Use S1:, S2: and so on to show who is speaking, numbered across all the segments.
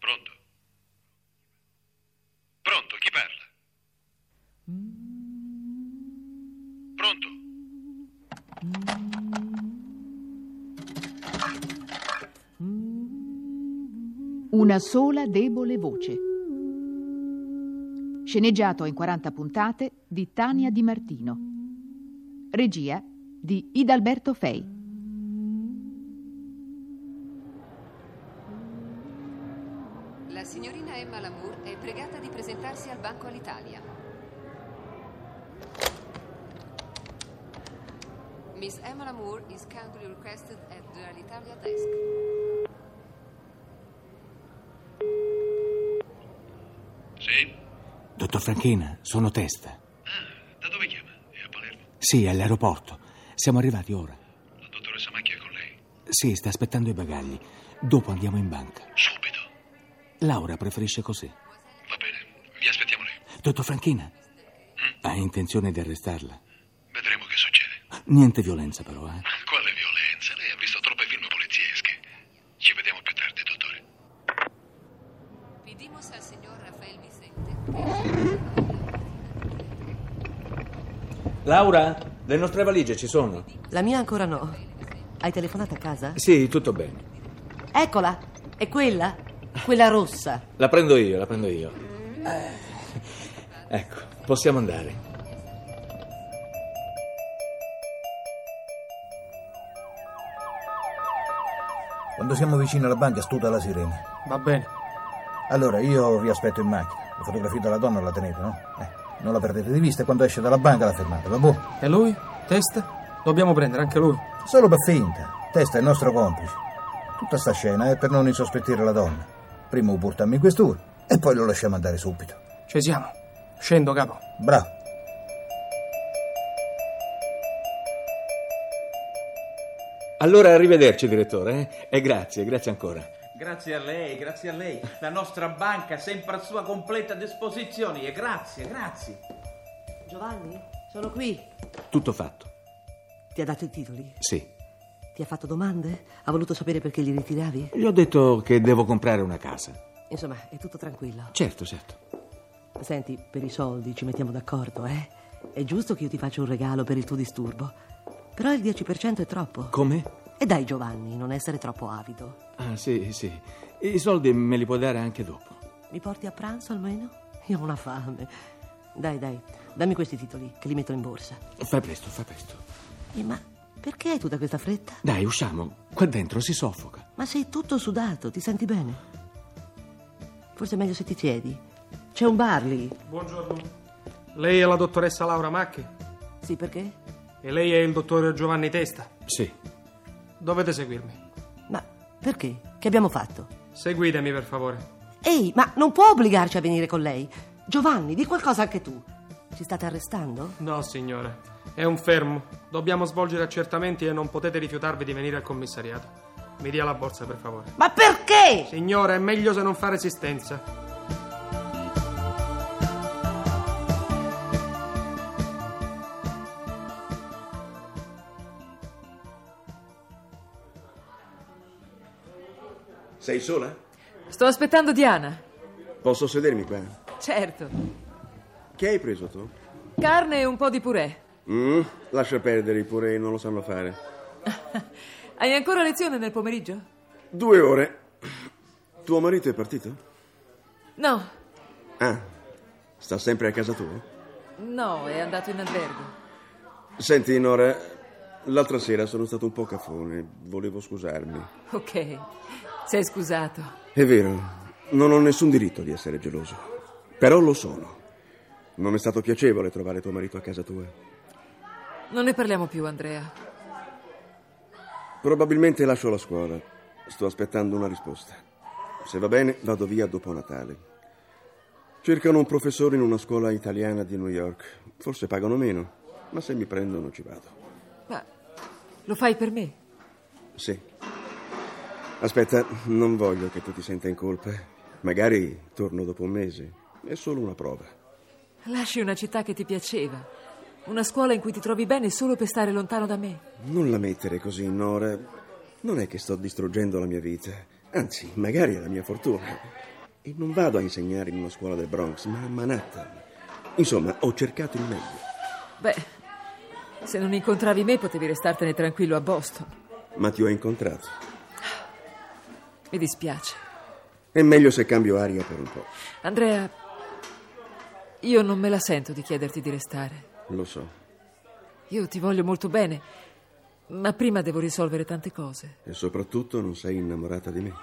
S1: Pronto? Pronto, chi parla? Pronto?
S2: Una sola debole voce. Sceneggiato in 40 puntate di Tania Di Martino. Regia di Idalberto Fei.
S3: La signorina Emma Lamour è pregata di presentarsi al Banco all'Italia. Miss Emma Lamour is kindly requested at the Alitalia desk.
S1: Sì?
S4: Dottor Franchina, sono testa.
S1: Ah, da dove chiama? È a Palermo.
S4: Sì, all'aeroporto. Siamo arrivati ora.
S1: La dottoressa Macchia è con lei.
S4: Sì, sta aspettando i bagagli. Dopo andiamo in banca.
S1: Subito.
S4: Laura preferisce così.
S1: Va bene, vi aspettiamo lei.
S4: Dottor Franchina,
S5: Mm.
S4: ha intenzione di arrestarla?
S1: Vedremo che succede.
S4: Niente violenza però, eh?
S1: Ma Quale violenza? Lei ha visto troppe film poliziesche. Ci vediamo più tardi, dottore.
S3: Pedimos al signor Rafael Vicente che...
S5: Laura, le nostre valigie ci sono?
S6: La mia ancora no. Hai telefonato a casa?
S5: Sì, tutto bene.
S6: Eccola, è quella, quella rossa.
S5: La prendo io, la prendo io. Eh, Ecco, possiamo andare.
S7: Quando siamo vicini alla banca stuta la sirena.
S8: Va bene,
S7: Allora io vi aspetto in macchina. La fotografia della donna la tenete, no? Eh, non la perdete di vista e quando esce dalla banca la fermate, va boh.
S8: e lui? Testa? Dobbiamo prendere anche lui.
S7: Solo per finta. Testa è il nostro complice. Tutta sta scena è per non insospettire la donna. Prima lo portiamo in questura e poi lo lasciamo andare subito.
S8: Ci siamo. Scendo, capo.
S7: Bravo.
S5: Allora, arrivederci, direttore. eh? E grazie, grazie ancora.
S9: Grazie a lei, grazie a lei. La nostra banca è sempre a sua completa disposizione. E grazie, grazie.
S6: Giovanni, sono qui.
S5: Tutto fatto.
S6: Ti ha dato i titoli?
S5: Sì.
S6: Ti ha fatto domande? Ha voluto sapere perché li ritiravi?
S5: Gli ho detto che devo comprare una casa.
S6: Insomma, è tutto tranquillo.
S5: Certo, certo.
S6: Senti, per i soldi ci mettiamo d'accordo, eh? È giusto che io ti faccia un regalo per il tuo disturbo. Però il 10% è troppo.
S5: Come?
S6: e dai, Giovanni, non essere troppo avido.
S5: Ah, sì, sì. I soldi me li puoi dare anche dopo.
S6: Mi porti a pranzo almeno? Io ho una fame. Dai, dai, dammi questi titoli che li metto in borsa.
S5: Fai presto, fai presto.
S6: Eh, ma perché hai tutta questa fretta?
S5: Dai, usciamo. Qua dentro si soffoca.
S6: Ma sei tutto sudato, ti senti bene? Forse è meglio se ti siedi. C'è un bar lì.
S8: Buongiorno. Lei è la dottoressa Laura Macchi
S6: Sì, perché?
S8: e lei è il dottor Giovanni Testa.
S5: Sì.
S8: Dovete seguirmi.
S6: Ma perché? Che abbiamo fatto?
S8: Seguitemi, per favore.
S6: Ehi, ma non può obbligarci a venire con lei. Giovanni, di qualcosa anche tu. Ci state arrestando?
S8: No, signore. È un fermo. Dobbiamo svolgere accertamenti e non potete rifiutarvi di venire al commissariato. Mi dia la borsa, per favore.
S6: Ma perché?
S8: Signore, è meglio se non fa resistenza.
S10: Sei sola?
S11: Sto aspettando Diana.
S10: Posso sedermi qua?
S11: Certo.
S10: Che hai preso tu?
S11: Carne e un po' di purè.
S10: Mm, lascia perdere i purè, non lo sanno fare.
S11: Hai ancora lezione nel pomeriggio?
S10: Due ore. Tuo marito è partito?
S11: No,
S10: Ah, sta sempre a casa tua?
S11: no, è andato in albergo.
S10: Senti, Nora, l'altra sera sono stato un po' cafone. Volevo scusarmi.
S11: Ok, sei scusato.
S10: È vero, non ho nessun diritto di essere geloso. Però lo sono. Non è stato piacevole trovare tuo marito a casa tua.
S11: Non ne parliamo più, Andrea.
S10: Probabilmente lascio la scuola. Sto aspettando una risposta. Se va bene, vado via dopo Natale. Cercano un professore in una scuola italiana di New York. Forse pagano meno, ma se mi prendono ci vado.
S11: Ma Lo fai per me?
S10: Sì. Aspetta, non voglio che tu ti senta in colpa. Magari torno dopo un mese. È solo una prova.
S11: Lasci una città che ti piaceva, una scuola in cui ti trovi bene solo per stare lontano da me.
S10: Non la mettere così, Nora. Non è che sto distruggendo la mia vita. Anzi, magari è la mia fortuna. E non vado a insegnare in una scuola del Bronx, ma a Manhattan. Insomma, ho cercato il meglio.
S11: Beh, se non incontravi me potevi restartene tranquillo a Boston.
S10: Ma ti ho incontrato.
S11: Mi dispiace.
S10: È meglio se cambio aria per un po'.
S11: Andrea, io non me la sento di chiederti di restare.
S10: Lo so.
S11: Io ti voglio molto bene, ma prima devo risolvere tante cose.
S10: E soprattutto non sei innamorata di me.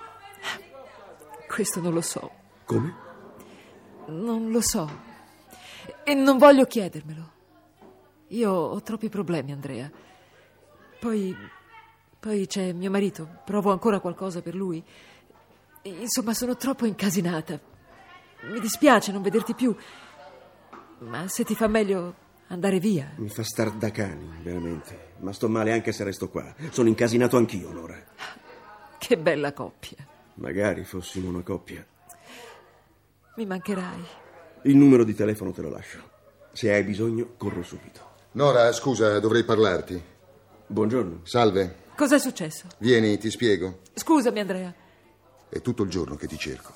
S11: Questo non lo so.
S10: Come?
S11: Non lo so. E non voglio chiedermelo. Io ho troppi problemi, Andrea. Poi. poi c'è mio marito. Provo ancora qualcosa per lui. E, Insomma, sono troppo incasinata. Mi dispiace non vederti più. Ma se ti fa meglio andare via.
S10: Mi fa star da cani, veramente. Ma sto male anche se resto qua. Sono incasinato anch'io, Nora.
S11: Che bella coppia.
S10: Magari fossimo una coppia.
S11: Mi mancherai.
S10: Il numero di telefono te lo lascio. Se hai bisogno, corro subito.
S12: Nora, scusa, dovrei parlarti.
S10: Buongiorno.
S12: Salve.
S11: Cos'è successo?
S12: Vieni, ti spiego.
S11: Scusami, Andrea.
S12: È tutto il giorno che ti cerco.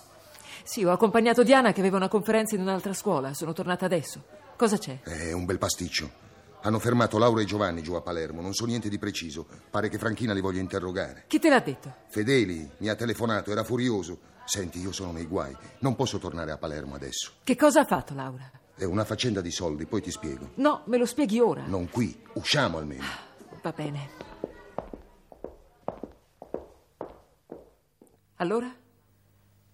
S11: Sì, ho accompagnato Diana che aveva una conferenza in un'altra scuola. Sono tornata adesso. Cosa c'è?
S12: È un bel pasticcio. Hanno fermato Laura e Giovanni giù a Palermo, non so niente di preciso. Pare che Franchina li voglia interrogare.
S11: Chi te l'ha detto?
S12: Fedeli mi ha telefonato, era furioso. Senti, io sono nei guai, non posso tornare a Palermo adesso.
S11: Che cosa ha fatto Laura?
S12: È una faccenda di soldi, poi ti spiego.
S11: No, me lo spieghi ora.
S12: Non qui, usciamo almeno.
S11: Va bene. Allora?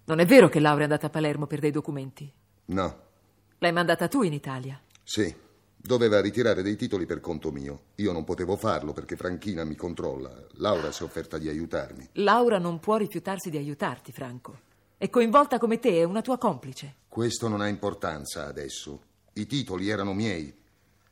S11: Non è vero che Laura è andata a Palermo per dei documenti.
S12: No,
S11: L'hai mandata tu in Italia.
S12: sì, doveva ritirare dei titoli per conto mio. Io non potevo farlo perché Franchina mi controlla. Laura si è offerta di aiutarmi.
S11: Laura non può rifiutarsi di aiutarti, Franco. È coinvolta come te, è una tua complice.
S12: Questo non ha importanza adesso. I titoli erano miei.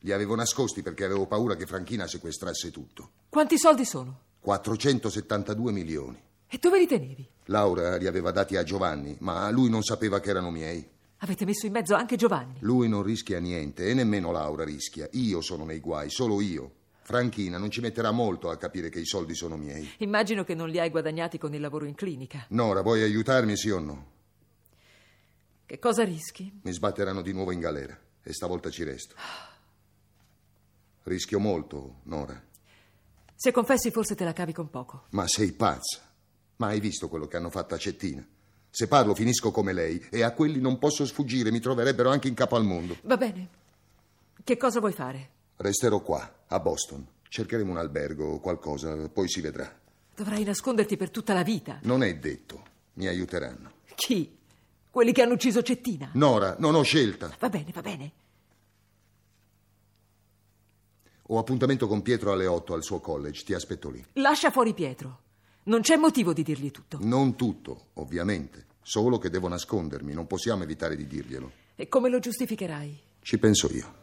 S12: Li avevo nascosti perché avevo paura che Franchina sequestrasse tutto.
S11: Quanti soldi sono?
S12: 472 milioni.
S11: E dove li tenevi?
S12: Laura li aveva dati a Giovanni, ma lui non sapeva che erano miei.
S11: Avete messo in mezzo anche Giovanni.
S12: Lui non rischia niente e nemmeno Laura rischia. Io sono nei guai, solo io. Franchina non ci metterà molto a capire che i soldi sono miei.
S11: Immagino che non li hai guadagnati con il lavoro in clinica.
S12: Nora, vuoi aiutarmi sì o no?
S11: Che cosa rischi?
S12: Mi sbatteranno di nuovo in galera e stavolta ci resto. Rischio molto, Nora,
S11: Se confessi forse te la cavi con poco.
S12: ma sei pazza. Ma hai visto quello che hanno fatto a Cettina? Se parlo finisco come lei e a quelli non posso sfuggire, mi troverebbero anche in capo al mondo.
S11: Va bene. Che cosa vuoi fare?
S12: Resterò qua, a Boston. Cercheremo un albergo o qualcosa, poi si vedrà.
S11: Dovrai nasconderti per tutta la vita.
S12: Non è detto, mi aiuteranno.
S11: Chi? Quelli che hanno ucciso Cettina.
S12: Nora, non ho scelta.
S11: Va bene, va bene.
S12: Ho appuntamento con Pietro alle 8 al suo college, ti aspetto lì.
S11: Lascia fuori Pietro. Non c'è motivo di dirgli tutto.
S12: Non tutto, ovviamente, solo che devo nascondermi, non possiamo evitare di dirglielo.
S11: E come lo giustificherai?
S12: Ci penso io.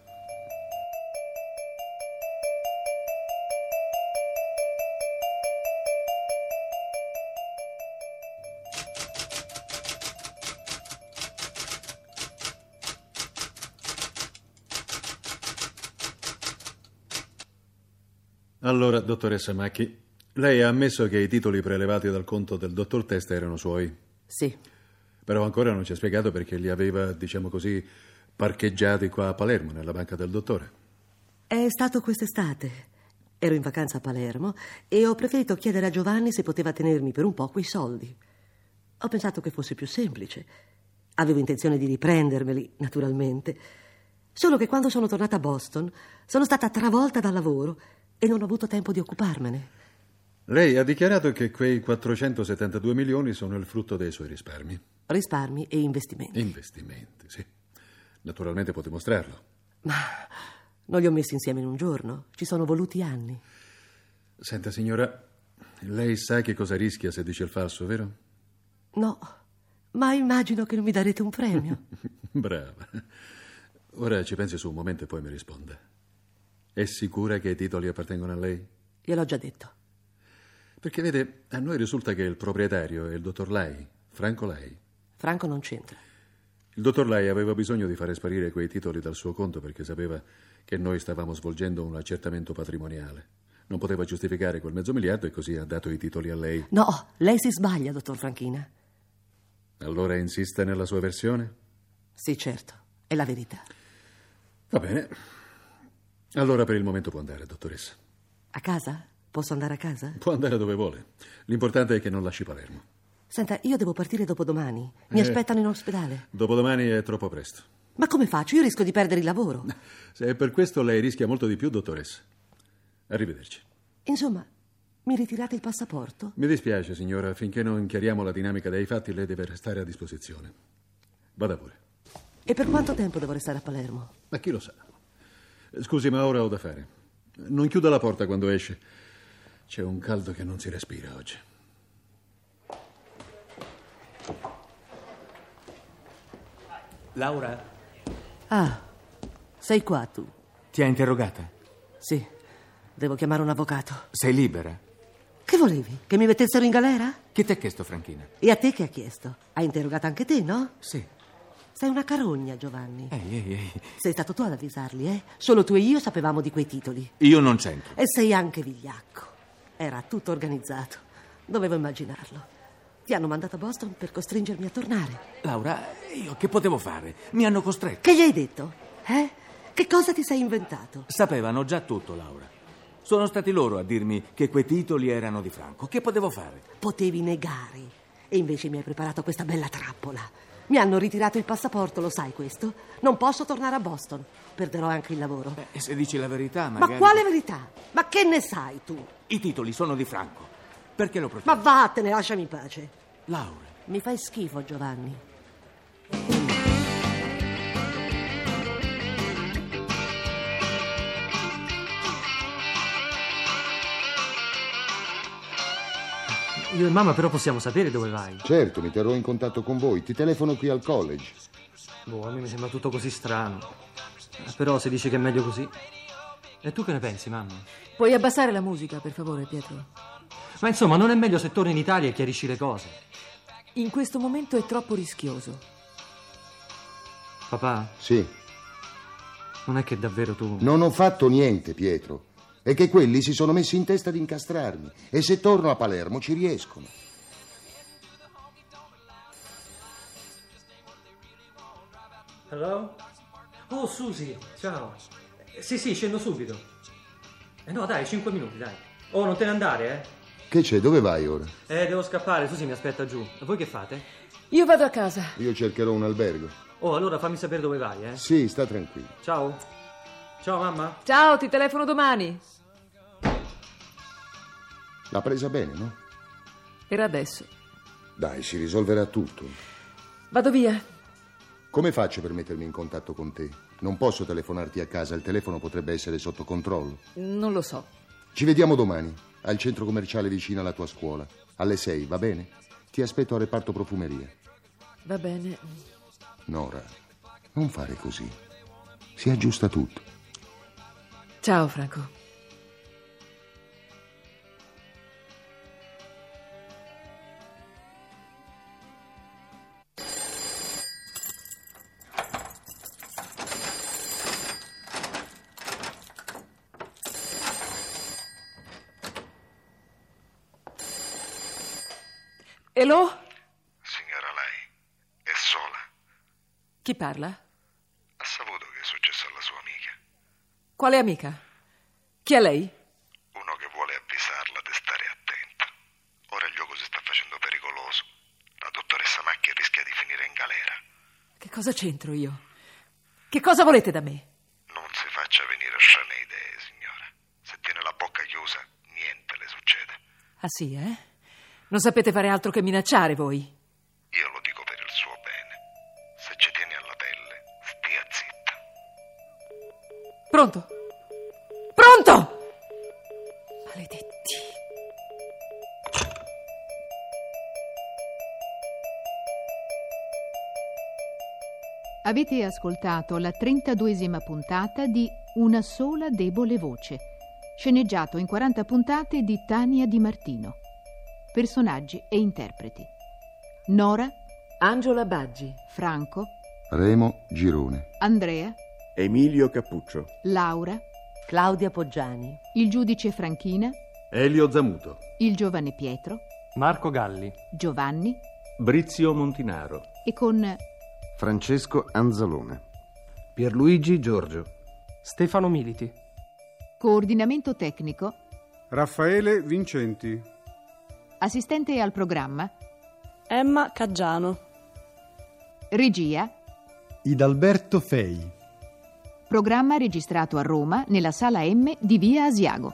S13: Allora, dottoressa Macchi, lei ha ammesso che i titoli prelevati dal conto del dottor Testa erano suoi,
S6: Sì,
S13: però ancora non ci ha spiegato perché li aveva, diciamo così, parcheggiati qua a Palermo, nella banca del dottore.
S6: è stato quest'estate. Ero in vacanza a Palermo e ho preferito chiedere a Giovanni se poteva tenermi per un po' quei soldi. Ho pensato che fosse più semplice. Avevo intenzione di riprendermeli, naturalmente. Solo che quando sono tornata a Boston sono stata travolta dal lavoro e non ho avuto tempo di occuparmene.
S13: Lei ha dichiarato che quei 472 milioni sono il frutto dei suoi risparmi.
S6: Risparmi e investimenti.
S13: Investimenti, sì. Naturalmente può dimostrarlo.
S6: Non li ho messi insieme in un giorno, ci sono voluti anni.
S13: Senta, signora, lei sa che cosa rischia se dice il falso, vero?
S6: No, ma immagino che non mi darete un premio.
S13: Brava. Ora ci pensi su un momento e poi mi risponda. È sicura che i titoli appartengono a lei?
S6: Gliel'ho già detto.
S13: Perché vede, a noi risulta che il proprietario è il dottor Lai, Franco Lai.
S6: Franco non c'entra.
S13: Il dottor Lai aveva bisogno di fare sparire quei titoli dal suo conto perché sapeva che noi stavamo svolgendo un accertamento patrimoniale. Non poteva giustificare quel mezzo miliardo e così ha dato i titoli a lei.
S6: No, lei si sbaglia, dottor Franchina.
S13: Allora insiste nella sua versione?
S6: Sì, certo, è la verità.
S13: Va bene. Allora per il momento può andare, dottoressa.
S6: A casa? Posso andare a casa?
S13: Può andare dove vuole. L'importante è che non lasci Palermo.
S6: Senta, io devo partire dopodomani. Mi
S13: Eh.
S6: aspettano in ospedale.
S13: Dopodomani è troppo presto.
S6: Ma come faccio? Io rischio di perdere il lavoro.
S13: Se è per questo lei rischia molto di più, dottoressa. Arrivederci.
S6: Insomma, mi ritirate il passaporto?
S13: Mi dispiace, signora, finché non chiariamo la dinamica dei fatti, lei deve restare a disposizione. Vada pure.
S6: E per quanto tempo devo restare a Palermo?
S13: Ma chi lo sa? Scusi, ma ora ho da fare. Non chiuda la porta quando esce. C'è un caldo che non si respira oggi.
S14: Laura,
S6: Ah, sei qua tu.
S14: ti ha interrogata?
S6: Sì, devo chiamare un avvocato.
S14: Sei libera?
S6: Che volevi? Che mi mettessero in galera?
S14: Che ti ha chiesto Franchina?
S6: E a te che ha chiesto? Hai interrogato anche te, no?
S14: Sì.
S6: Sei una carogna, Giovanni.
S14: Ehi, ehi, ehi.
S6: Sei stato tu ad avvisarli, eh? Solo tu e io sapevamo di quei titoli.
S14: Io non c'entro.
S6: E sei anche vigliacco. Era tutto organizzato. Dovevo immaginarlo. Ti hanno mandato a Boston per costringermi a tornare.
S14: Laura, io che potevo fare? Mi hanno costretto.
S6: Che gli hai detto? Eh? Che cosa ti sei inventato?
S14: Sapevano già tutto, Laura. Sono stati loro a dirmi che quei titoli erano di Franco. Che potevo fare?
S6: Potevi negare. E invece mi hai preparato questa bella trappola. Mi hanno ritirato il passaporto, lo sai questo? Non posso tornare a Boston. Perderò anche il lavoro.
S14: E Eh, se dici la verità,
S6: Ma
S14: magari...
S6: quale verità? Ma che ne sai tu?
S14: I titoli sono di Franco. Perché lo proteggi?
S6: Ma vattene, lasciami in pace.
S14: Laura.
S6: Mi fai schifo, Giovanni.
S15: Io e mamma però possiamo sapere dove vai.
S12: Certo, mi terrò in contatto con voi. Ti telefono qui al college.
S15: Boh, a me mi sembra tutto così strano. Eh, Però se dici che è meglio così. E tu che ne pensi, mamma?
S11: Puoi abbassare la musica, per favore, Pietro.
S15: Ma insomma, non è meglio se torni in Italia e chiarisci le cose.
S11: In questo momento è troppo rischioso.
S15: Papà?
S12: Sì.
S15: Non è che davvero tu.
S12: Non ho fatto niente, Pietro. È che quelli si sono messi in testa di incastrarmi. E se torno a Palermo ci riescono.
S15: Hello? Oh, Susi, ciao. Eh, Sì, sì, scendo subito. Eh no, dai, 5 minuti, dai. Oh, non te ne andare,
S12: Che c'è? Dove vai ora?
S15: eh? Eh, devo scappare, Susi mi aspetta giù. E voi che fate?
S11: Io vado a casa.
S12: Io cercherò un albergo.
S15: Oh, allora fammi sapere dove vai, eh?
S12: Sì, sta tranquillo.
S15: Ciao. Ciao, mamma.
S11: Ciao, ti telefono domani.
S12: L'ha presa bene, no?
S11: Per adesso.
S12: Dai, si risolverà tutto.
S11: Vado via.
S12: Come faccio per mettermi in contatto con te? Non posso telefonarti a casa, il telefono potrebbe essere sotto controllo.
S11: Non lo so.
S12: Ci vediamo domani, al centro commerciale vicino alla tua scuola. Alle 6, va bene? Ti aspetto al reparto profumeria.
S11: Va bene.
S12: Nora, non fare così. Si aggiusta tutto.
S11: Ciao, Franco. Hello?
S1: Signora, lei è sola.
S11: Chi parla?
S1: Ha saputo che è successo alla sua amica.
S11: Quale amica? Chi è lei?
S1: Uno che vuole avvisarla di stare attenta. Ora il gioco si sta facendo pericoloso. La dottoressa Macchi rischia di finire in galera.
S11: Che cosa c'entro io? Che cosa volete da me?
S1: Non si faccia venire strane idee, signora. Se tiene la bocca chiusa, niente le succede.
S11: Ah sì, eh? Non sapete fare altro che minacciare voi.
S1: Io lo dico per il suo bene. Se ci tiene alla pelle, stia zitta.
S11: Pronto? Pronto! Maledetti.
S2: Avete ascoltato la trentaduesima puntata di Una sola debole voce, Sceneggiato in 40 puntate di Tania Di Martino. Personaggi e interpreti. Nora.
S16: Angela Baggi.
S2: Franco.
S12: Remo Girone.
S2: Andrea.
S17: Emilio Cappuccio.
S2: Laura.
S18: Claudia Poggiani.
S2: Il giudice Franchina.
S10: Elio Zamuto.
S2: Il giovane Pietro.
S10: Marco Galli.
S2: Giovanni.
S10: Brizio Montinaro.
S2: E con
S10: Francesco Anzalone. Pierluigi Giorgio.
S8: Stefano Militi.
S2: coordinamento tecnico.
S19: Raffaele Vincenti.
S2: Assistente al programma.
S20: Emma Caggiano.
S2: Regia.
S21: Idalberto Fei.
S2: Programma registrato a Roma nella sala M di via Asiago.